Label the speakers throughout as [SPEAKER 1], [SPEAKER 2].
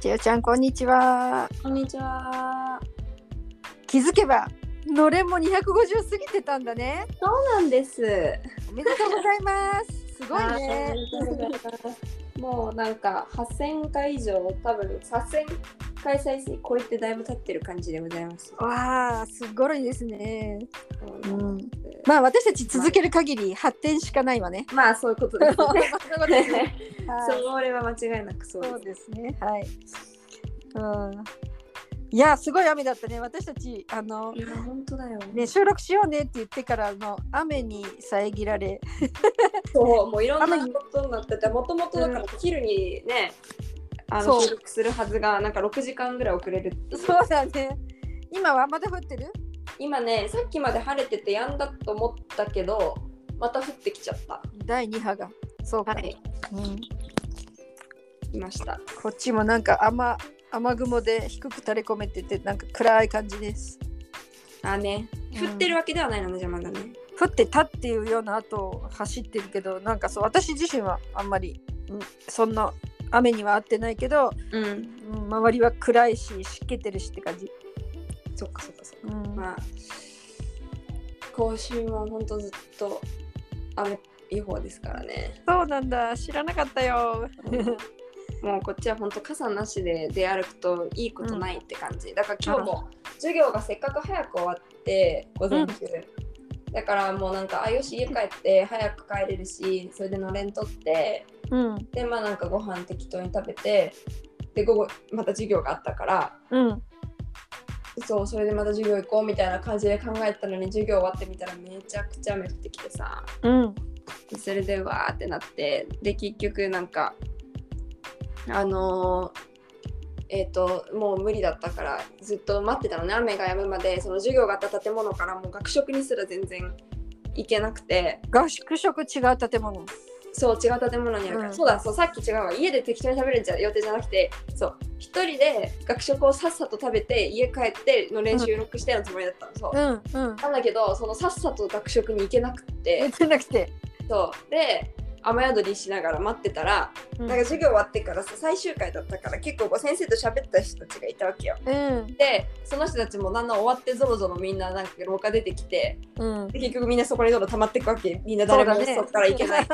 [SPEAKER 1] ちよちゃん、こんにちは。
[SPEAKER 2] こんにちは。
[SPEAKER 1] 気づけば、のれんも250過ぎてたんだね。
[SPEAKER 2] そうなんです。
[SPEAKER 1] おめでとうござい ます。すごいね。
[SPEAKER 2] もうなんか8000回以上、多分8000回再生超えてだいぶ経ってる感じでございます。
[SPEAKER 1] わあ、すごいですね。
[SPEAKER 2] そ
[SPEAKER 1] う
[SPEAKER 2] うなん
[SPEAKER 1] ん。
[SPEAKER 2] です
[SPEAKER 1] まあ、私たち続ける限り発展しかないわね。
[SPEAKER 2] まあ そういうことですね。
[SPEAKER 1] はい
[SPEAKER 2] それは間違いなくそう
[SPEAKER 1] そう
[SPEAKER 2] で
[SPEAKER 1] ですね。はい。うん。いや、すごい雨だったね。私たち、あの
[SPEAKER 2] す。。いや、本当だよ。
[SPEAKER 1] ね、収録しようねって言ってからの雨に遮られ
[SPEAKER 2] そう、もういろん
[SPEAKER 1] あ
[SPEAKER 2] なん
[SPEAKER 1] まり
[SPEAKER 2] ことになってて、もともとだからお昼にね、あ
[SPEAKER 1] そ
[SPEAKER 2] の
[SPEAKER 1] う
[SPEAKER 2] 収録するはずが、なんか6時間ぐらい遅れるっていう
[SPEAKER 1] そうだね今はまだ降ってる
[SPEAKER 2] 今ね、さっきまで晴れててやんだと思ったけど、また降ってきちゃった。
[SPEAKER 1] 第2波がそうか、
[SPEAKER 2] はい、
[SPEAKER 1] うん、
[SPEAKER 2] 来ました。
[SPEAKER 1] こっちもなんか雨雨雲で低く垂れ込めててなんか暗い感じです
[SPEAKER 2] あね、
[SPEAKER 1] うん
[SPEAKER 2] 降ってるわけではないのね、じゃあまだね。
[SPEAKER 1] 降ってたっていうような後を走ってるけどなんかそう私自身はあんまりうんそんな雨には合ってないけど、
[SPEAKER 2] うん。
[SPEAKER 1] うん、周りは暗いし湿気てるしって感じ、
[SPEAKER 2] そっかそっかそっか。
[SPEAKER 1] うん
[SPEAKER 2] まあ、今週も本当ずっと雨予報ですからね。
[SPEAKER 1] そうなんだ知らなかったよ
[SPEAKER 2] もうこっちは本当傘なしで出歩くといいことないって感じ、だから今日も授業がせっかく早く終わって午前中、だからもうなんかあよし家帰って早く帰れるしそれでのれん取って
[SPEAKER 1] うん
[SPEAKER 2] でまあなんかご飯適当に食べてで午後また授業があったから
[SPEAKER 1] うん
[SPEAKER 2] そうそれでまた授業行こうみたいな感じで考えてたのに授業終わってみたらめちゃくちゃ雨降ってきてさ
[SPEAKER 1] うん
[SPEAKER 2] でそれでわーってなってで結局なんかあのーえっ、ともう無理だったからずっと待ってたのね雨が止むまでその授業があった建物からもう学食にすら全然行けなくて
[SPEAKER 1] 合宿食違う建物
[SPEAKER 2] そう違う建物にあるから、
[SPEAKER 1] うん
[SPEAKER 2] そうだそうさっき違うわ家で適当に食べるんじゃ予定じゃなくてそう一人で学食をさっさと食べて家帰っての練習録してのつもりだったの、そう
[SPEAKER 1] うんうん
[SPEAKER 2] なんだけどそのさっさと学食に行けなく
[SPEAKER 1] 言
[SPEAKER 2] て
[SPEAKER 1] ってなくて、
[SPEAKER 2] そうで雨宿りしながら待ってたら
[SPEAKER 1] うん
[SPEAKER 2] なんか授業終わってからさ最終回だったから結構こう先生と喋った人たちがいたわけよ。
[SPEAKER 1] うん
[SPEAKER 2] でその人たちもだんだん終わってぞろぞろみんななんか廊下出てきて
[SPEAKER 1] うん
[SPEAKER 2] で結局みんなそこにどんどん溜まっていくわけみんな誰もそっから行けない。
[SPEAKER 1] うん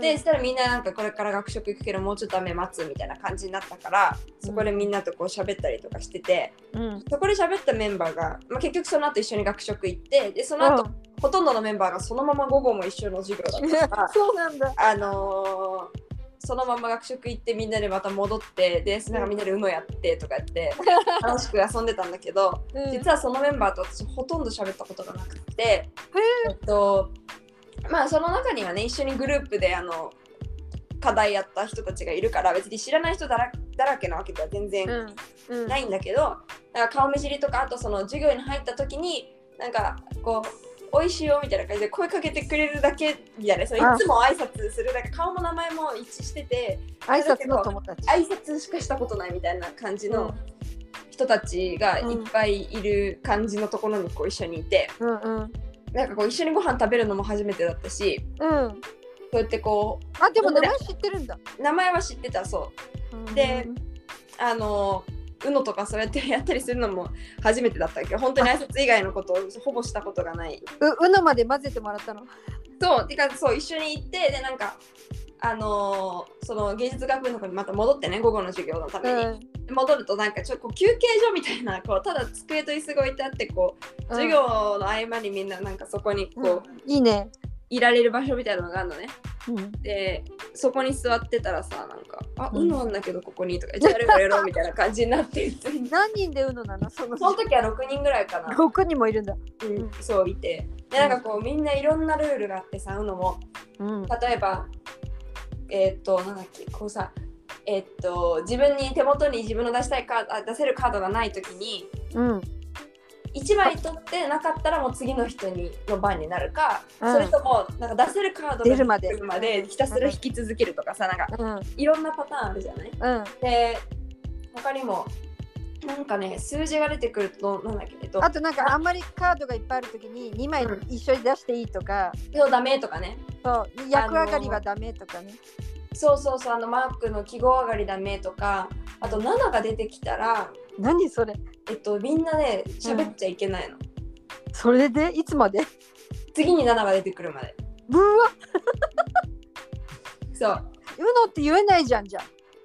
[SPEAKER 2] でそしたらみんななんかこれから学食行くけどもうちょっと雨待つみたいな感じになったからそこでみんなとこう喋ったりとかしてて
[SPEAKER 1] うん
[SPEAKER 2] そこで喋ったメンバーが、まあ、結局その後一緒に学食行ってでその後、ほとんどのメンバーがそのまま午後も一緒の授業だったから。
[SPEAKER 1] そうなんだ
[SPEAKER 2] あのーそのまま学食行ってみんなでまた戻ってでなんかみんなで UNO やってとかやって楽しく遊んでたんだけど実はそのメンバーと私ほとんど喋ったことがなくて、えっとまあその中にはね一緒にグループであの課題やった人たちがいるから別に知らない人だらだらけなわけでは全然
[SPEAKER 1] うんうん
[SPEAKER 2] ないんだけど、なんか顔見知りとかあとその授業に入った時になんかこう「おいしいよ」みたいな感じで声かけてくれるだけみたいなその
[SPEAKER 1] あ
[SPEAKER 2] いつも挨拶するだけ顔も名前も一致してて
[SPEAKER 1] 挨拶の友達
[SPEAKER 2] 挨拶しかしたことないみたいな感じ
[SPEAKER 1] う
[SPEAKER 2] の
[SPEAKER 1] ん
[SPEAKER 2] 人たちがいっ
[SPEAKER 1] うん
[SPEAKER 2] ぱいいる感じのところにこう一緒にいて、
[SPEAKER 1] うんうん
[SPEAKER 2] なんかこう一緒にご飯食べるのも初めてだったし
[SPEAKER 1] うん
[SPEAKER 2] そうやってこ
[SPEAKER 1] あでも名前知ってるんだ
[SPEAKER 2] う名前は知ってたそうであの UNO とかそうやってやったりするのも初めてだったけど本当に挨拶以外のことをほぼしたことがないう
[SPEAKER 1] うのまで混ぜてもらったの
[SPEAKER 2] そうてかそう一緒に行ってでなんかあのーその芸術学部の子にまた戻ってね午後の授業のために、で戻るとなんかちょっとこう休憩所みたいなこうただ机と椅子が置いてあってこう授業の合間にみんななんかそこにこう、
[SPEAKER 1] いいね
[SPEAKER 2] いられる場所みたいなのがあるのね
[SPEAKER 1] うん
[SPEAKER 2] でそこに座ってたらさなんか「あ
[SPEAKER 1] うん
[SPEAKER 2] うのあんだけどここに」とか「じゃあやろうやろう」みたいな感じになって普通 に
[SPEAKER 1] 何人でうのなのその
[SPEAKER 2] その時は6人ぐらいかな、
[SPEAKER 1] 6人もいるんだ
[SPEAKER 2] うん、そういてでなんかこうみんないろんなルールがあってさうのも
[SPEAKER 1] うん
[SPEAKER 2] 例えばえーっとなんだっけこうさえーっと自分に手元に自分の出したいカードあ出せるカードがない時に
[SPEAKER 1] うん
[SPEAKER 2] 1枚取ってなかったらもう次の人にの番になるか、
[SPEAKER 1] うん
[SPEAKER 2] それともなんか出せるカードが
[SPEAKER 1] 出るまで
[SPEAKER 2] までひたすら引き続けるとかさなんか
[SPEAKER 1] うん
[SPEAKER 2] いろんなパターンあるじゃない
[SPEAKER 1] うん
[SPEAKER 2] で他にもなんかね数字が出てくるとなんだっけえっと
[SPEAKER 1] あとなんかあんまりカードがいっぱいあるときに2枚一緒に出していいとか
[SPEAKER 2] そうダメとかね
[SPEAKER 1] そう役上がりはダメとかね
[SPEAKER 2] そうそうそうあのマークの記号上がりだめとかあと7が出てきたら
[SPEAKER 1] 何それ
[SPEAKER 2] えっとみんなね喋っちゃいけないの、
[SPEAKER 1] それでいつまで
[SPEAKER 2] 次に7が出てくるまで
[SPEAKER 1] うわう
[SPEAKER 2] そう
[SPEAKER 1] のって言えないじゃんじゃん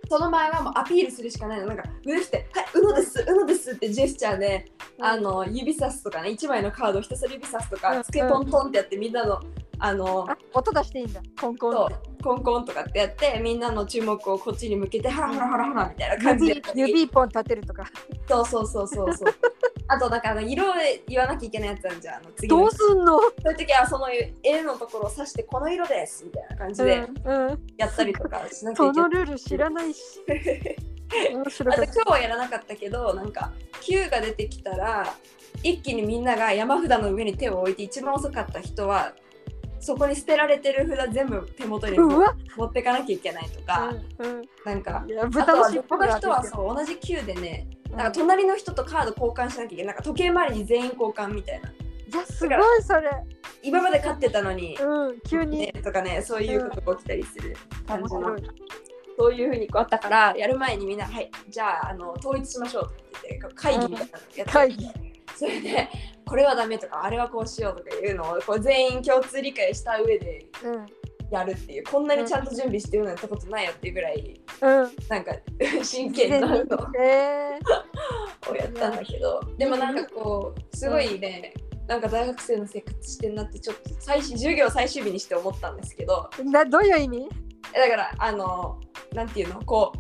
[SPEAKER 2] その前はもうアピールするしかないのなんかうるして「はいうのですうのです」ってジェスチャーで、あの指さすとかね1枚のカードをひたすら指さすと
[SPEAKER 1] うん
[SPEAKER 2] かつけトントンってやってみんなのあの
[SPEAKER 1] あ音出していいんだコンコン
[SPEAKER 2] そ
[SPEAKER 1] って
[SPEAKER 2] うコンコンとかってやってみんなの注目をこっちに向けてハラハラハラハラみたいな感じで
[SPEAKER 1] 指指一本立てるとか
[SPEAKER 2] そうそうそうそうそう あとなんかあの色を言わなきゃいけないやつあるじゃんあの次の
[SPEAKER 1] どうすんの
[SPEAKER 2] そういう時はその絵のところを指してこの色ですみたいな感じで
[SPEAKER 1] うんうん、
[SPEAKER 2] やったりとかしなきゃい
[SPEAKER 1] そ
[SPEAKER 2] け
[SPEAKER 1] の
[SPEAKER 2] ない。
[SPEAKER 1] ルール知らない し面白
[SPEAKER 2] あ
[SPEAKER 1] か
[SPEAKER 2] と
[SPEAKER 1] っ
[SPEAKER 2] 今日はやらなかったけどなんか9が出てきたら一気にみんなが山札の上に手を置いて一番遅かった人はそこに捨てられてる札全部手元
[SPEAKER 1] た
[SPEAKER 2] に
[SPEAKER 1] う
[SPEAKER 2] 持
[SPEAKER 1] わ、
[SPEAKER 2] ってかなきゃいけないとか、
[SPEAKER 1] うんうん
[SPEAKER 2] なんか
[SPEAKER 1] いや
[SPEAKER 2] あ
[SPEAKER 1] 豚
[SPEAKER 2] と
[SPEAKER 1] の
[SPEAKER 2] は
[SPEAKER 1] 尻
[SPEAKER 2] 他
[SPEAKER 1] 尾
[SPEAKER 2] の
[SPEAKER 1] が
[SPEAKER 2] 人は
[SPEAKER 1] 出てる
[SPEAKER 2] そう同じ9でね
[SPEAKER 1] うん
[SPEAKER 2] なんか隣の人とカード交換しなきゃいけないなんか時計回りに全員交換みたいない
[SPEAKER 1] やすごいそれ
[SPEAKER 2] 今まで勝ってたのに、
[SPEAKER 1] うん急に、
[SPEAKER 2] ね、とかねそういうことが起きたりする感
[SPEAKER 1] 面
[SPEAKER 2] じの
[SPEAKER 1] 白い
[SPEAKER 2] そういうふうにこうあったからやる前にみんな「はいじゃああの統一しましょう」って言って会議みたいなのやって
[SPEAKER 1] 会議
[SPEAKER 2] それでこれはダメとかあれはこうしようとかいうのをこう全員共通理解した上で
[SPEAKER 1] うん
[SPEAKER 2] やるっていうこんなにちゃんと準備してるのやったことないよっていうぐらい
[SPEAKER 1] うん
[SPEAKER 2] なんか真剣なの
[SPEAKER 1] え
[SPEAKER 2] をやったんだけどでもなんかこうすごいねなんか大学生の生活してんなってちょっと最終授業最終日にして思ったんですけど
[SPEAKER 1] ー、などういう意味
[SPEAKER 2] えだからあのなんていうのこう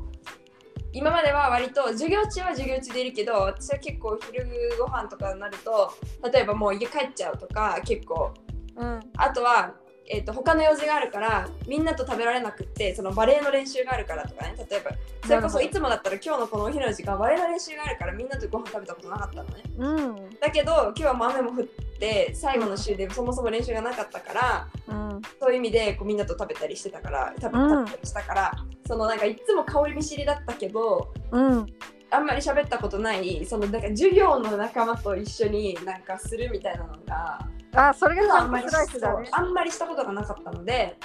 [SPEAKER 2] 今までは割と授業中は授業中でいるけど私は結構昼ご飯とかになると例えばもう家帰っちゃうとか結構
[SPEAKER 1] うん
[SPEAKER 2] あとは、えー、と他の用事があるからみんなと食べられなくってそのバレエの練習があるからとかね例えばそれこそ
[SPEAKER 1] なるほど
[SPEAKER 2] いつもだったら今日のこのお昼の時間バレエの練習があるからみんなとご飯食べたことなかったのね
[SPEAKER 1] うん
[SPEAKER 2] だけど今日はもう雨も降って最後の週でそもそも練習がなかったから
[SPEAKER 1] うん
[SPEAKER 2] そういう意味でこうみんなと食べたりしてたから食べ
[SPEAKER 1] うん
[SPEAKER 2] 食べたりしたから、そのなんかいつも顔見知りだったけど
[SPEAKER 1] うん
[SPEAKER 2] あんまり喋ったことないそのなんか授業の仲間と一緒になんかするみたいなのが
[SPEAKER 1] あそれが
[SPEAKER 2] あ
[SPEAKER 1] サ
[SPEAKER 2] ん
[SPEAKER 1] ン
[SPEAKER 2] ま
[SPEAKER 1] プ
[SPEAKER 2] り
[SPEAKER 1] ルライスだね
[SPEAKER 2] そうあんまりしたことがなかったので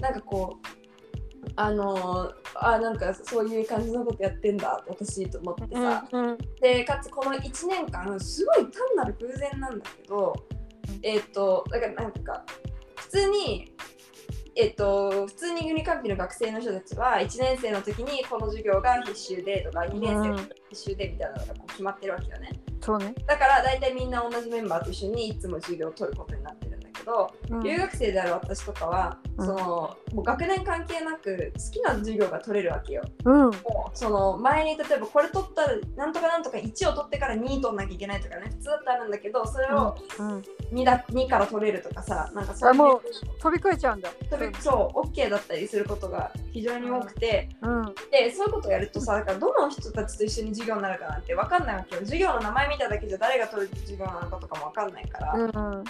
[SPEAKER 2] なんかこうあのーあなんかそういう感じのことやってんだ私と思っ
[SPEAKER 1] う
[SPEAKER 2] てさ、
[SPEAKER 1] んうん
[SPEAKER 2] でかつこの1年間すごい単なる偶然なんだけどえっ、とだからなんか普通にえっ、と普通にユニカンピの学生の人たちは1年生の時にこの授業が必修でとか2年生の時が必修でみたいなのがこう決まってるわけよね
[SPEAKER 1] そうね、
[SPEAKER 2] だから大体みんな同じメンバーと一緒にいつも授業を取ることになってるんだけど
[SPEAKER 1] うん
[SPEAKER 2] 留学生である私とかは
[SPEAKER 1] う
[SPEAKER 2] そ
[SPEAKER 1] ん
[SPEAKER 2] のもう学年関係なく好きな授業が取れるわけよ
[SPEAKER 1] うん
[SPEAKER 2] その前に例えばこれ取ったらなんとかなんとか1を取ってから2取んなきゃいけないとかね普通だってあるんだけどそれを
[SPEAKER 1] うん、
[SPEAKER 2] 2, だ2から取れるとかさなんかそ
[SPEAKER 1] あもう
[SPEAKER 2] ういう
[SPEAKER 1] 飛び越えちゃうんだ
[SPEAKER 2] 飛びそう OK だったりすることが非常に多くて
[SPEAKER 1] うん
[SPEAKER 2] でそういうことをやるとさだからどの人たちと一緒に授業になるかなんて分かんないわけよ授業の名前見ただけじゃ誰が取る授業なのかとかも分かんないから、
[SPEAKER 1] うん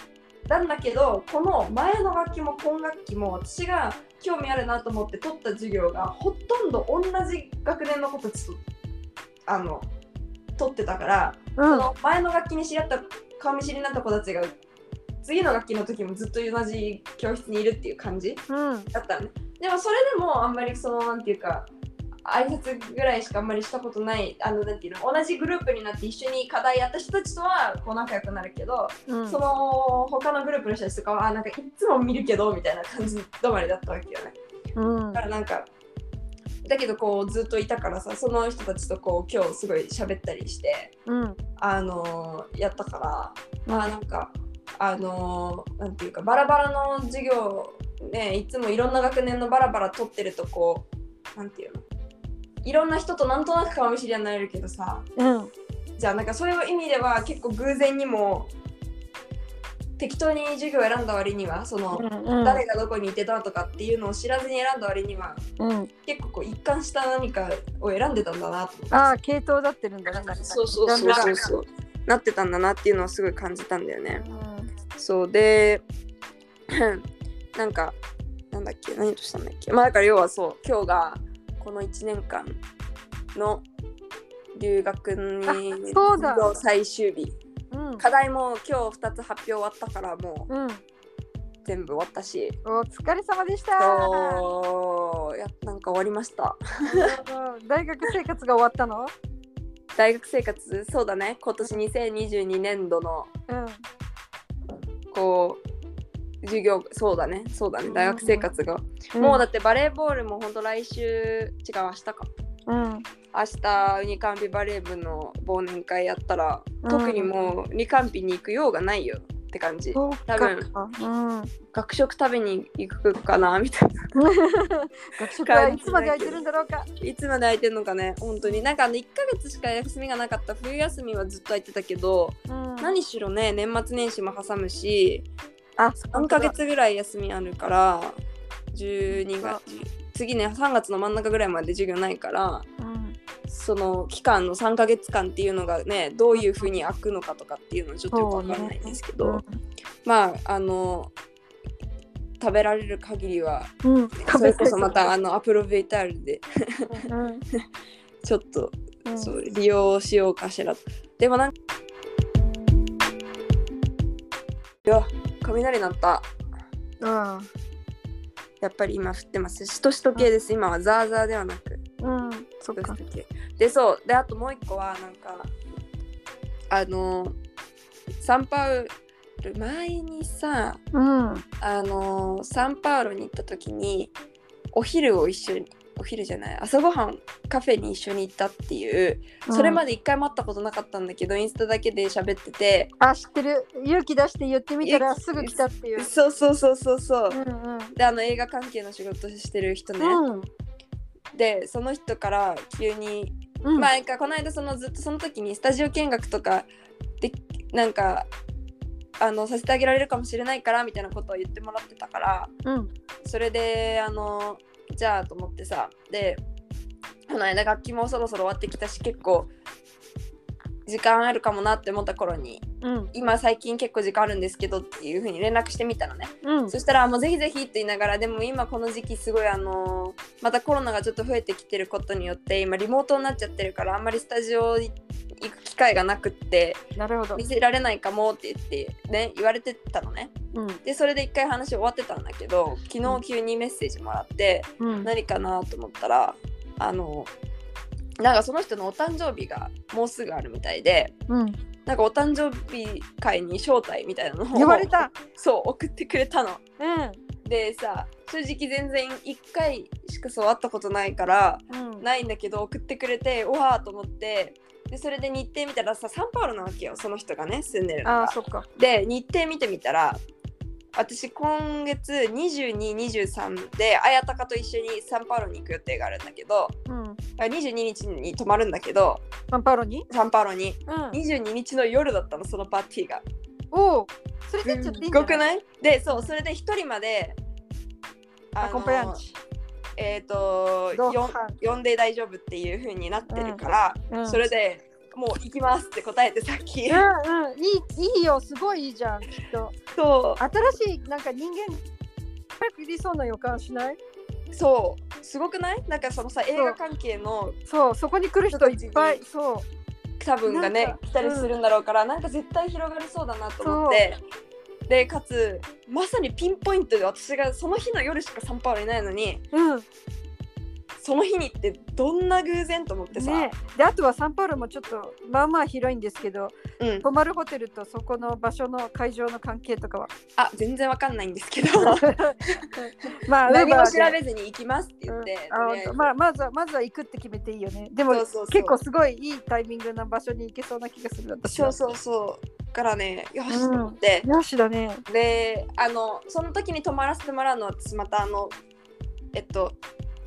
[SPEAKER 2] なんだけどこの前の学期も今学期も私が興味あるなと思って取った授業がほとんど同じ学年の子たちとあの取ってたから、
[SPEAKER 1] う
[SPEAKER 2] そ
[SPEAKER 1] ん
[SPEAKER 2] の前の学期に知り合った顔見知りになった子たちが次の学期の時もずっと同じ教室にいるっていう感じ
[SPEAKER 1] うん
[SPEAKER 2] だったのねでもそれでもあんまりそのなんていうか挨拶ぐらいしかあんまりしたことないあのなんていうの同じグループになって一緒に課題やった人たちとはこう仲良くなるけど
[SPEAKER 1] うん
[SPEAKER 2] その他のグループの人たちとかはあなんかいつも見るけどみたいな感じ止まりだったわけよね
[SPEAKER 1] うん
[SPEAKER 2] だからなんかだけどこうずっといたからさその人たちとこう今日すごい喋ったりして
[SPEAKER 1] うん
[SPEAKER 2] あのーやったから
[SPEAKER 1] うん
[SPEAKER 2] まあなんかあのーなんていうかバラバラの授業ねいつもいろんな学年のバラバラ取ってるとこうなんていうのいろんな人となんとなく顔見知りになれるけどさ
[SPEAKER 1] うん
[SPEAKER 2] じゃあなんかそういう意味では結構偶然にも適当に授業を選んだ割にはその、
[SPEAKER 1] うん
[SPEAKER 2] 誰がどこにいてたとかっていうのを知らずに選んだ割には
[SPEAKER 1] うん
[SPEAKER 2] 結構こう一貫した何かを選んでたんだなと思って
[SPEAKER 1] ああ系統だってるんだね
[SPEAKER 2] そうそうそうそうそうなってたんだなっていうのをすごい感じたんだよね
[SPEAKER 1] う
[SPEAKER 2] そうで なんかなんだっけ何としたんだっけまあだから要はそう今日がこの1年間の留学に
[SPEAKER 1] あそうだ
[SPEAKER 2] 授業最終日
[SPEAKER 1] んうん
[SPEAKER 2] 課題も今日2つ発表終わったからもう
[SPEAKER 1] うん
[SPEAKER 2] 全部終わったし
[SPEAKER 1] お疲れ様でした
[SPEAKER 2] そうやなんか終わりました。
[SPEAKER 1] 大学生活が終わったの
[SPEAKER 2] 大学生活そうだね今年2022年度の
[SPEAKER 1] うん。
[SPEAKER 2] こう授業そうだねそうだね大学生活が、もうだってバレーボールも本当来週違う明日か
[SPEAKER 1] うん。
[SPEAKER 2] 明日ウニカンピバレー部の忘年会やったら
[SPEAKER 1] うん
[SPEAKER 2] 特にもうウニカンピに行くようがないよって感じ
[SPEAKER 1] そう
[SPEAKER 2] 多
[SPEAKER 1] か。
[SPEAKER 2] 分
[SPEAKER 1] うん。
[SPEAKER 2] 学食食べに行くかなみたいな
[SPEAKER 1] 学食はいつまで空いてるんだろうか。
[SPEAKER 2] いつまで空いてんのかね本当になんかあの1ヶ月しか休みがなかった冬休みはずっと空いてたけど
[SPEAKER 1] うん
[SPEAKER 2] 何しろね年末年始も挟むし
[SPEAKER 1] あ、
[SPEAKER 2] 3ヶ月ぐらい休みあるから12
[SPEAKER 1] あ
[SPEAKER 2] 月次ね3月の真ん中ぐらいまで授業ないから
[SPEAKER 1] うん。
[SPEAKER 2] その期間の3ヶ月間っていうのがねどういうふうに開くのかとかっていうのはちょっとよくわからないんですけど、まああの食べられる限りは
[SPEAKER 1] うん。
[SPEAKER 2] それこそまたあのアプロベータールで
[SPEAKER 1] うん。
[SPEAKER 2] ちょっと
[SPEAKER 1] うん
[SPEAKER 2] そう利用しようかしらとでもなんかいや雷鳴った
[SPEAKER 1] うん。
[SPEAKER 2] やっぱり今降ってますしとしと系です今はザーザーではなく
[SPEAKER 1] うん。そっ
[SPEAKER 2] どう
[SPEAKER 1] か
[SPEAKER 2] し。たっけでそうであともう一個はなんかあのサンパウロ前にさ
[SPEAKER 1] うん。
[SPEAKER 2] あのサンパウロに行った時にお昼を一緒にお昼じゃない朝ごはんカフェに一緒に行ったっていうそれま
[SPEAKER 1] で。
[SPEAKER 2] で一回も会ったことなかったんだけど、インスタだけで喋ってて
[SPEAKER 1] あ、知ってる。勇気出して言ってみたらすぐ来たっていう。
[SPEAKER 2] そうそうそうそうそう、
[SPEAKER 1] うんうん。
[SPEAKER 2] であの映画関係の仕事してる人ね、
[SPEAKER 1] うん。
[SPEAKER 2] でその人から急に
[SPEAKER 1] うん。
[SPEAKER 2] まあなんかこの間そのずっとその時にスタジオ見学とかでなんかあのさせてあげられるかもしれないからみたいなことを言ってもらってたから
[SPEAKER 1] うん。
[SPEAKER 2] それであのじゃあと思ってさでこの間楽器もそろそろ終わってきたし結構時間あるかもなって思った頃に
[SPEAKER 1] うん。
[SPEAKER 2] 今最近結構時間あるんですけどっていう風に連絡してみたのね
[SPEAKER 1] うん。
[SPEAKER 2] そしたら、もうぜひぜひって言いながら、でも今この時期すごいあのーまたコロナがちょっと増えてきてることによって、今リモートになっちゃってるから、あんまりスタジオに行く機会がなくって、
[SPEAKER 1] なるほど
[SPEAKER 2] 見。せられないかもって言って、ね、言われてたのね。
[SPEAKER 1] うん。
[SPEAKER 2] で、それで一回話終わってたんだけど、昨日急にメッセージもらって、
[SPEAKER 1] うん。
[SPEAKER 2] 何かなと思ったら、あのなんかその人のお誕生日がもうすぐあるみたいで、
[SPEAKER 1] うん。
[SPEAKER 2] なんかお誕生日会に招待みたいなのを
[SPEAKER 1] 言われた。
[SPEAKER 2] そう送ってくれたの。
[SPEAKER 1] うん。
[SPEAKER 2] でさ正直全然1回しかそう会ったことないから
[SPEAKER 1] うん。
[SPEAKER 2] ないんだけど送ってくれておわーと思ってでそれで日程見たらさサンパウロなわけよその人がね住んでるの
[SPEAKER 1] あ
[SPEAKER 2] が
[SPEAKER 1] あ、そっか。
[SPEAKER 2] で日程見てみたら私今月2223で綾鷹と一緒にサンパウロに行く予定があるんだけど
[SPEAKER 1] うん。
[SPEAKER 2] あ22日に泊まるんだけど
[SPEAKER 1] サンパウロに。
[SPEAKER 2] サンパウロに
[SPEAKER 1] うん。
[SPEAKER 2] 22日の夜だったのそのパーティーが
[SPEAKER 1] おお。それでちょっといい
[SPEAKER 2] す
[SPEAKER 1] んじゃ
[SPEAKER 2] ご
[SPEAKER 1] な
[SPEAKER 2] く
[SPEAKER 1] い。
[SPEAKER 2] ないでそうそれで1人まで
[SPEAKER 1] アコンパニアンチ。
[SPEAKER 2] えっ、と
[SPEAKER 1] 同
[SPEAKER 2] よん
[SPEAKER 1] 伴
[SPEAKER 2] 呼んで大丈夫っていう風になってるから、
[SPEAKER 1] うん
[SPEAKER 2] それでもう行きますって答えてさっき、
[SPEAKER 1] うんうん、いいいいよ、すごいいいじゃん、きっと。
[SPEAKER 2] そ
[SPEAKER 1] 新しい、なんか人間、早くいりそうな予感しないう
[SPEAKER 2] そうすごくないなんかそのさ映画関係の
[SPEAKER 1] そう、そこに来る人いっぱい。そ
[SPEAKER 2] 多分が
[SPEAKER 1] な
[SPEAKER 2] ね
[SPEAKER 1] んか
[SPEAKER 2] 来たりするんだろうから、なんか絶対広がりそうだなと思ってでかつまさにピンポイントで私がその日の夜しかサンパウロいないのに
[SPEAKER 1] う。うん。
[SPEAKER 2] その日にってどんな偶然と思ってさ、
[SPEAKER 1] ねで、あとはサンパウロもちょっと、まあまあ広いんですけど、
[SPEAKER 2] うん、
[SPEAKER 1] 泊まるホテルとそこの場所の会場の関係とかは。
[SPEAKER 2] あ全然わかんないんですけど
[SPEAKER 1] まあ、
[SPEAKER 2] 何も
[SPEAKER 1] Uber
[SPEAKER 2] 調
[SPEAKER 1] で
[SPEAKER 2] べずに行きますって言って、
[SPEAKER 1] うんあ
[SPEAKER 2] とりあえず
[SPEAKER 1] 本当まあ、まずはまずは行くって決めていいよね。でも
[SPEAKER 2] そうそうそう
[SPEAKER 1] 結構すごいいいタイミングな場所に行けそうな気がする私
[SPEAKER 2] そ
[SPEAKER 1] は
[SPEAKER 2] うそうそう。からね、よし
[SPEAKER 1] うん
[SPEAKER 2] と思って。
[SPEAKER 1] よしだね。
[SPEAKER 2] で、あの、その時に泊まらせてもらうのは、私またあの、えっと、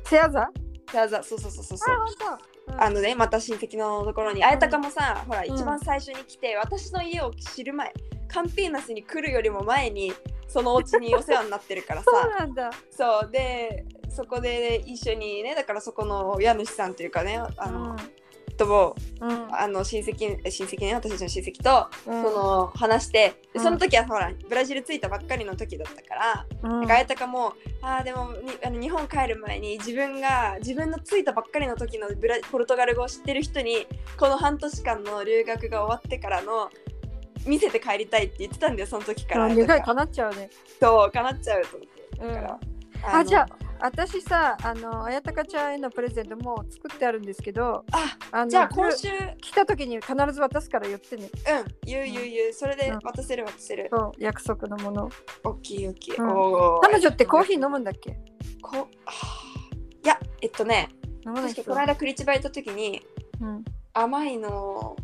[SPEAKER 1] セアザあ
[SPEAKER 2] じゃあざ、そうそうそうそうそう。
[SPEAKER 1] 本当うん
[SPEAKER 2] あのね、また親戚のところに、あやたかもさ、ほら、
[SPEAKER 1] ん
[SPEAKER 2] 一番最初に来て、私の家を知る前、カンピーナスに来るよりも前に、そのお家にお世話になってるからさ、
[SPEAKER 1] そうなんだ。
[SPEAKER 2] そう、で、そこで一緒にね、だからそこの家主さんというかね、あの、とも、
[SPEAKER 1] うん
[SPEAKER 2] あの親戚、え親戚ね、私たちの親戚と、
[SPEAKER 1] うん
[SPEAKER 2] その話してで
[SPEAKER 1] うん
[SPEAKER 2] その時はほらブラジル着いたばっかりの時だったから、
[SPEAKER 1] うん
[SPEAKER 2] なんかあやたかもあーでもにあの日本帰る前に自分が自分の着いたばっかりの時のブラポルトガル語を知ってる人にこの半年間の留学が終わってからの見せて帰りたいって言ってたんだよその時から
[SPEAKER 1] うん
[SPEAKER 2] あやた
[SPEAKER 1] 願い
[SPEAKER 2] か
[SPEAKER 1] 叶っちゃうね。
[SPEAKER 2] そうかなっちゃうと思って
[SPEAKER 1] う
[SPEAKER 2] だ
[SPEAKER 1] ん
[SPEAKER 2] から、
[SPEAKER 1] あじゃあ私さあの綾鷹ちゃんへのプレゼントもう作ってあるんですけど
[SPEAKER 2] あ
[SPEAKER 1] あの
[SPEAKER 2] じゃあ
[SPEAKER 1] 来
[SPEAKER 2] 今
[SPEAKER 1] る
[SPEAKER 2] 週うん
[SPEAKER 1] 来た時に必ず渡すから言ってね
[SPEAKER 2] 言う言う言うそれで
[SPEAKER 1] うん
[SPEAKER 2] 渡せる渡せる
[SPEAKER 1] そう約束のもの
[SPEAKER 2] 大きい大きい
[SPEAKER 1] うん
[SPEAKER 2] おー
[SPEAKER 1] 彼女ってコーヒー飲むんだっけ
[SPEAKER 2] こはあいやえっとね
[SPEAKER 1] 飲まない
[SPEAKER 2] 確
[SPEAKER 1] 人
[SPEAKER 2] かにこの間クリチバ行った時に
[SPEAKER 1] うん
[SPEAKER 2] 甘いの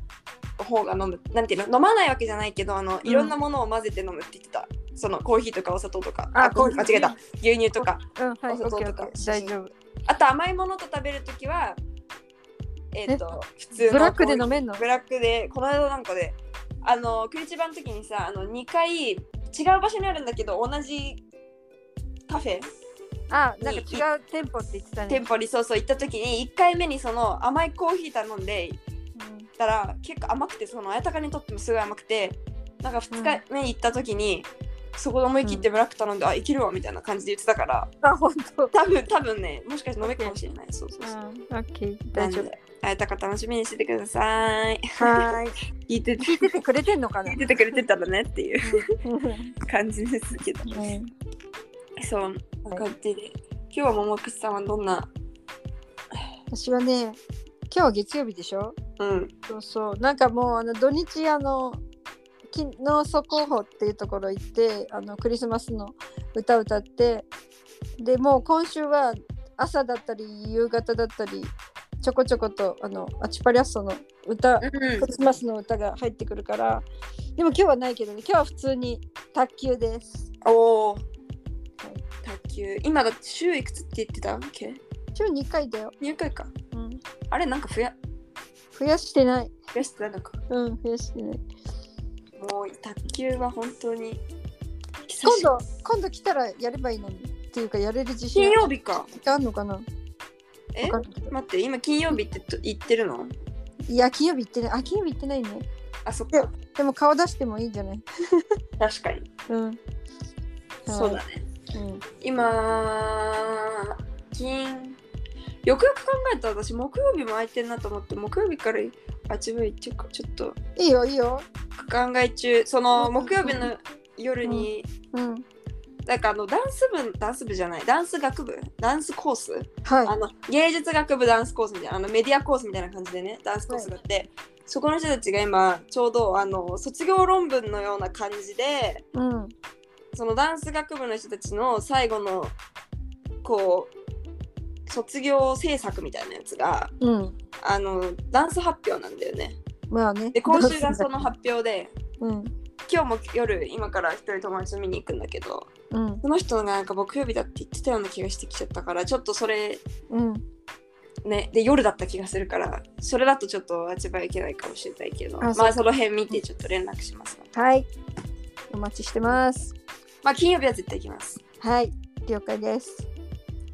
[SPEAKER 2] 方が飲むなんていうの飲まないわけじゃないけどあのいろんなものを混ぜて飲むって言ってた、そのコーヒーとかお砂糖とか
[SPEAKER 1] あ
[SPEAKER 2] コー
[SPEAKER 1] コ
[SPEAKER 2] ヒ
[SPEAKER 1] ー
[SPEAKER 2] ー
[SPEAKER 1] ヒー
[SPEAKER 2] 間違えた牛乳とか
[SPEAKER 1] うんはいオ
[SPEAKER 2] お砂
[SPEAKER 1] ッ
[SPEAKER 2] 糖
[SPEAKER 1] ケーオ
[SPEAKER 2] と
[SPEAKER 1] ッケ
[SPEAKER 2] か
[SPEAKER 1] ー大丈夫
[SPEAKER 2] あと甘いものと食べるときはえっ、と普通の
[SPEAKER 1] ブラックで飲
[SPEAKER 2] む
[SPEAKER 1] めんの
[SPEAKER 2] ブラックでこの間なんかであのクリチバの時にさあの2回違う場所にあるんだけど同じカフェ
[SPEAKER 1] あなんか違う店舗って言ってたね
[SPEAKER 2] 店舗にそうそう行った時に1回目にその甘いコーヒー頼んで
[SPEAKER 1] うん
[SPEAKER 2] ったら結構甘くてその綾鷹にとってもすごい甘くてなんか2日目に行った時に、そこで思い切ってブラック頼んで、あいけるわみたいな感じで言ってたから
[SPEAKER 1] あ本当うん
[SPEAKER 2] 多分多分ねもしかして飲めるかもしれないそうそうそう、
[SPEAKER 1] オッケー大丈
[SPEAKER 2] なん
[SPEAKER 1] 夫
[SPEAKER 2] で綾鷹楽しみにしててください
[SPEAKER 1] はーい
[SPEAKER 2] 聞いてて
[SPEAKER 1] 聞いててくれてんのかな
[SPEAKER 2] 聞いててくれてたらねっていう
[SPEAKER 1] う
[SPEAKER 2] 感じですけど、
[SPEAKER 1] ん
[SPEAKER 2] そうこんな感じで今日は桃くさんはどんな
[SPEAKER 1] 私はね今日は月曜日でしょ
[SPEAKER 2] うん
[SPEAKER 1] そうそうなんかもうあの土日あの昨日そこほっていうところ行ってあのクリスマスの歌歌ってでもう今週は朝だったり夕方だったりちょこちょことあのアチパリアッソの歌
[SPEAKER 2] うん
[SPEAKER 1] クリスマスの歌が入ってくるからでも今日はないけどね今日は普通に卓球です
[SPEAKER 2] おお卓球今だって週いくつって言ってたっけ
[SPEAKER 1] 週2回だよ、
[SPEAKER 2] 入会か
[SPEAKER 1] うん、
[SPEAKER 2] あれなんか増や
[SPEAKER 1] 増やしてない
[SPEAKER 2] 増やしてたのか
[SPEAKER 1] うん増やしてない
[SPEAKER 2] もう卓球は本当に久
[SPEAKER 1] 今
[SPEAKER 2] しぶり
[SPEAKER 1] 度今度来たらやればいいのにっていうかやれる自信
[SPEAKER 2] 金曜日か
[SPEAKER 1] あるのかな
[SPEAKER 2] え
[SPEAKER 1] わかんないけど
[SPEAKER 2] 待って今金曜日ってと言ってるの
[SPEAKER 1] いや金曜日行ってないあ金曜日行ってないね
[SPEAKER 2] あそっか
[SPEAKER 1] でも顔出してもいいんじゃない
[SPEAKER 2] 確かに
[SPEAKER 1] うん
[SPEAKER 2] そうだ
[SPEAKER 1] ね、
[SPEAKER 2] ね
[SPEAKER 1] うん
[SPEAKER 2] 今金よくよく考えたら私木曜日も空いてんなと思って木曜日からあ自分行っていうかちょっと
[SPEAKER 1] いいよいいよ
[SPEAKER 2] 考え中その
[SPEAKER 1] うん
[SPEAKER 2] 木曜日の夜に、
[SPEAKER 1] うん
[SPEAKER 2] なんかあのダンス部ダンス部じゃないダンス学部ダンスコース、
[SPEAKER 1] はい
[SPEAKER 2] あの芸術学部ダンスコースみたいなあのメディアコースみたいな感じでねダンスコースがあって、そこの人たちが今ちょうどあの卒業論文のような感じで
[SPEAKER 1] うん
[SPEAKER 2] そのダンス学部の人たちの最後のこう卒業制作みたいなやつが
[SPEAKER 1] うん
[SPEAKER 2] あのダンス発表なんだよね。
[SPEAKER 1] まあね
[SPEAKER 2] で今週がその発表で
[SPEAKER 1] うん
[SPEAKER 2] 今日も夜今から一人友達と見に行くんだけど
[SPEAKER 1] うん
[SPEAKER 2] その人がなんか木曜日だって言ってたような気がしてきちゃったからちょっとそれ
[SPEAKER 1] うん
[SPEAKER 2] ね、で夜だった気がするからそれだとちょっとあちばいけないかもしれないけど
[SPEAKER 1] あそう
[SPEAKER 2] まあその辺見てちょっと連絡します、
[SPEAKER 1] はいお待ちしてます
[SPEAKER 2] まあ金曜日は絶対行きます
[SPEAKER 1] はい了解です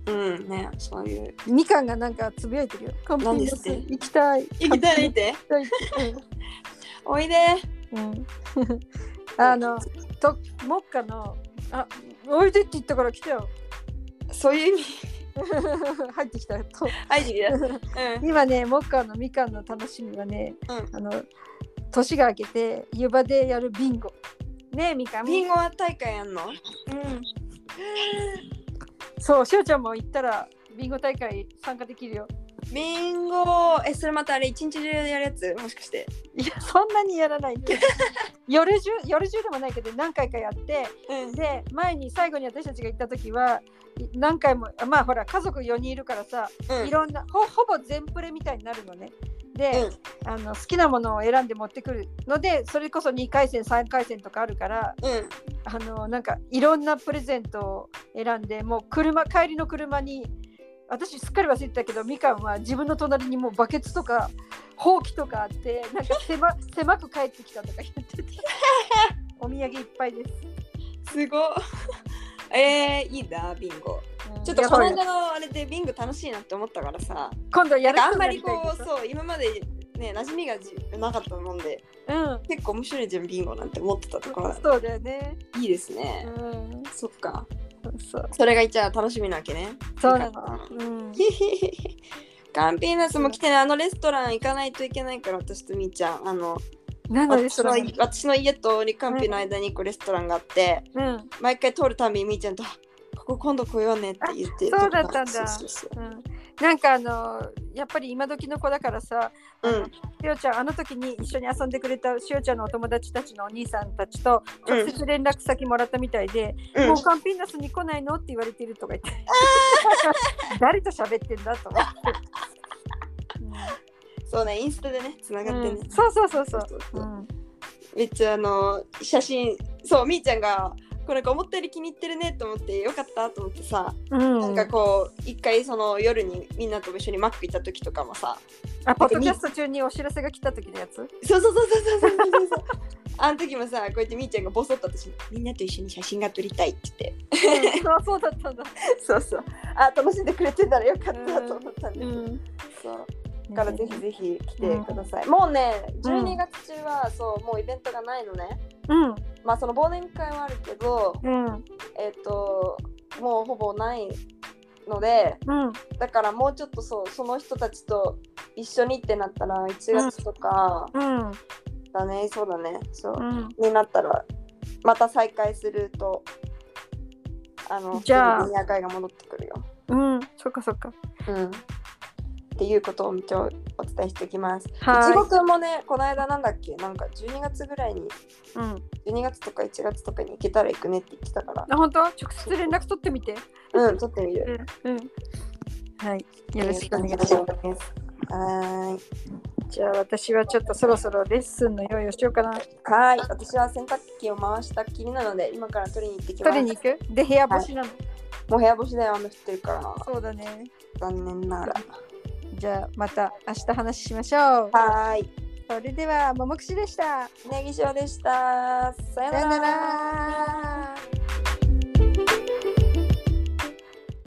[SPEAKER 2] うんねそういう
[SPEAKER 1] みかんがなんかつぶやいてるよカンピング
[SPEAKER 2] 何ですって
[SPEAKER 1] 行きたい
[SPEAKER 2] 行きたいって
[SPEAKER 1] カンピング行きたいって
[SPEAKER 2] おいで
[SPEAKER 1] うんうんあのともっかのあおいでって言ったから来たよ
[SPEAKER 2] そういう意味
[SPEAKER 1] 入ってきたよと
[SPEAKER 2] はいできたうん
[SPEAKER 1] 今ねモッカーのみかんの楽しみはね、
[SPEAKER 2] う
[SPEAKER 1] あの年が明けて湯場でやるビンゴねえみかん
[SPEAKER 2] ビンゴは大会やんの
[SPEAKER 1] うんそうしおちゃんも行ったらビンゴ大会参加できるよ
[SPEAKER 2] ビンゴえそれまたあれ一日中やるやつもしかして
[SPEAKER 1] いやそんなにやらないけど夜中夜中でもないけど何回かやって
[SPEAKER 2] うん
[SPEAKER 1] で前に最後に私たちが行った時はい何回もあまあほら家族4人いるからさ
[SPEAKER 2] うん
[SPEAKER 1] いろんなほほぼ全プレみたいになるのねで、
[SPEAKER 2] うん
[SPEAKER 1] あの好きなものを選んで持ってくるのでそれこそ2回戦3回戦とかあるから
[SPEAKER 2] うん
[SPEAKER 1] あのなんかいろんなプレゼントを選んでもう車帰りの車に私すっかり忘れてたけどみかんは自分の隣にもうバケツとかほうきとかあってなんか狭狭く帰ってきたとか言 っててお土産いっぱいです。
[SPEAKER 2] す ごえー、いいなビンゴ
[SPEAKER 1] うん
[SPEAKER 2] ちょっとこの
[SPEAKER 1] いやそう
[SPEAKER 2] 間
[SPEAKER 1] よ
[SPEAKER 2] のあれでビンゴ楽しいなって思ったからさ
[SPEAKER 1] 今度やる人
[SPEAKER 2] あんまり
[SPEAKER 1] にな
[SPEAKER 2] こ
[SPEAKER 1] たいうでし
[SPEAKER 2] そう今までね馴染みがじなかったもんで
[SPEAKER 1] ょ
[SPEAKER 2] 結構面白いじゃんビンゴなんて思ってたとこ
[SPEAKER 1] うん
[SPEAKER 2] ろ
[SPEAKER 1] そうだよね。
[SPEAKER 2] いいですね、
[SPEAKER 1] うん、
[SPEAKER 2] そっか
[SPEAKER 1] そうそう
[SPEAKER 2] それがじゃあ楽しみなわけね
[SPEAKER 1] そうな
[SPEAKER 2] よか
[SPEAKER 1] の
[SPEAKER 2] っ。
[SPEAKER 1] うん
[SPEAKER 2] ひひひひカンピーナスも来てねあのレストラン行かないといけないから私とみーちゃんあの
[SPEAKER 1] なので
[SPEAKER 2] 私
[SPEAKER 1] それ
[SPEAKER 2] の私の家とリカンピーの間に一個レストランがあって
[SPEAKER 1] うん
[SPEAKER 2] 毎回通るたびにみーちゃんとあこここ今度来ようねって言って
[SPEAKER 1] あそうだったんだ
[SPEAKER 2] そうそうそう
[SPEAKER 1] うん、なんかあのやっぱり今時の子だからさ
[SPEAKER 2] うん
[SPEAKER 1] しおちゃんあの時に一緒に遊んでくれたしおちゃんのお友達たちのお兄さんたちと直接連絡先もらったみたいで、
[SPEAKER 2] うん
[SPEAKER 1] もうカンピーナスに来ないのって言われているとか言って 誰と喋ってんだと思って、
[SPEAKER 2] そうねインスタでねつながってね、
[SPEAKER 1] うんそうそうそうそう、、
[SPEAKER 2] そうそううそうんめっちゃあの写真そうみーちゃんがこれ思ったより気に入ってるねと思ってよかったと思ってさ、
[SPEAKER 1] な
[SPEAKER 2] なんかこう一回その夜にみんなと一緒にマック行った時とかもさ
[SPEAKER 1] あポッドキャスト中にお知らせが来た時のやつ
[SPEAKER 2] そうそうそうそうそうそうそうそう あの時もさこうやってみーちゃんがボソッと私にみんなと一緒に写真が撮りたいって言って
[SPEAKER 1] あそうだったんだ、
[SPEAKER 2] そうそう。あ、楽しんでくれてたらよかったと思ったんで。
[SPEAKER 1] ん、
[SPEAKER 2] そう。だからぜひぜひ来てください。もうね、12月中は、そう、もうイベントがないのね。
[SPEAKER 1] うん
[SPEAKER 2] まあ、その忘年会はあるけど、
[SPEAKER 1] うんうん
[SPEAKER 2] えっ、と、もうほぼないので、
[SPEAKER 1] うん
[SPEAKER 2] だからもうちょっとそう、その人たちと一緒にってなったら、1月とか
[SPEAKER 1] うん
[SPEAKER 2] だね、そうだね、そう、
[SPEAKER 1] うん
[SPEAKER 2] になったら、また再開すると、あの、
[SPEAKER 1] じゃあ
[SPEAKER 2] 普通に夜会が戻ってくるよ。
[SPEAKER 1] うんそっかそっか
[SPEAKER 2] うんっていうことを一応お伝えしておきます。い
[SPEAKER 1] は
[SPEAKER 2] ちご
[SPEAKER 1] ーい
[SPEAKER 2] くんもね、この間なんだっけ、なんか12月ぐらいに、
[SPEAKER 1] うん
[SPEAKER 2] 12月とか1月とかに行けたら行くねって言ってたから、
[SPEAKER 1] あ本当直接連絡取ってみて
[SPEAKER 2] うん、撮ってみる。
[SPEAKER 1] うんうんはいよろしくお願いします
[SPEAKER 2] ます。はーい。
[SPEAKER 1] じゃあ私はちょっとそろそろレッスンの用意をしようかな
[SPEAKER 2] はーい。私は洗濯機を回したっきりなので、今から取りに行ってきま
[SPEAKER 1] 取
[SPEAKER 2] す。
[SPEAKER 1] りに行くで部屋干しなの、
[SPEAKER 2] もう部屋干しだよ、雨降ってるから。
[SPEAKER 1] そうだね
[SPEAKER 2] 残念ながら。
[SPEAKER 1] じゃあまた明日話しましょう
[SPEAKER 2] はーい。
[SPEAKER 1] それではももくしでした
[SPEAKER 2] ネギ塩でした。さよ
[SPEAKER 1] さよな
[SPEAKER 2] なら。
[SPEAKER 1] ら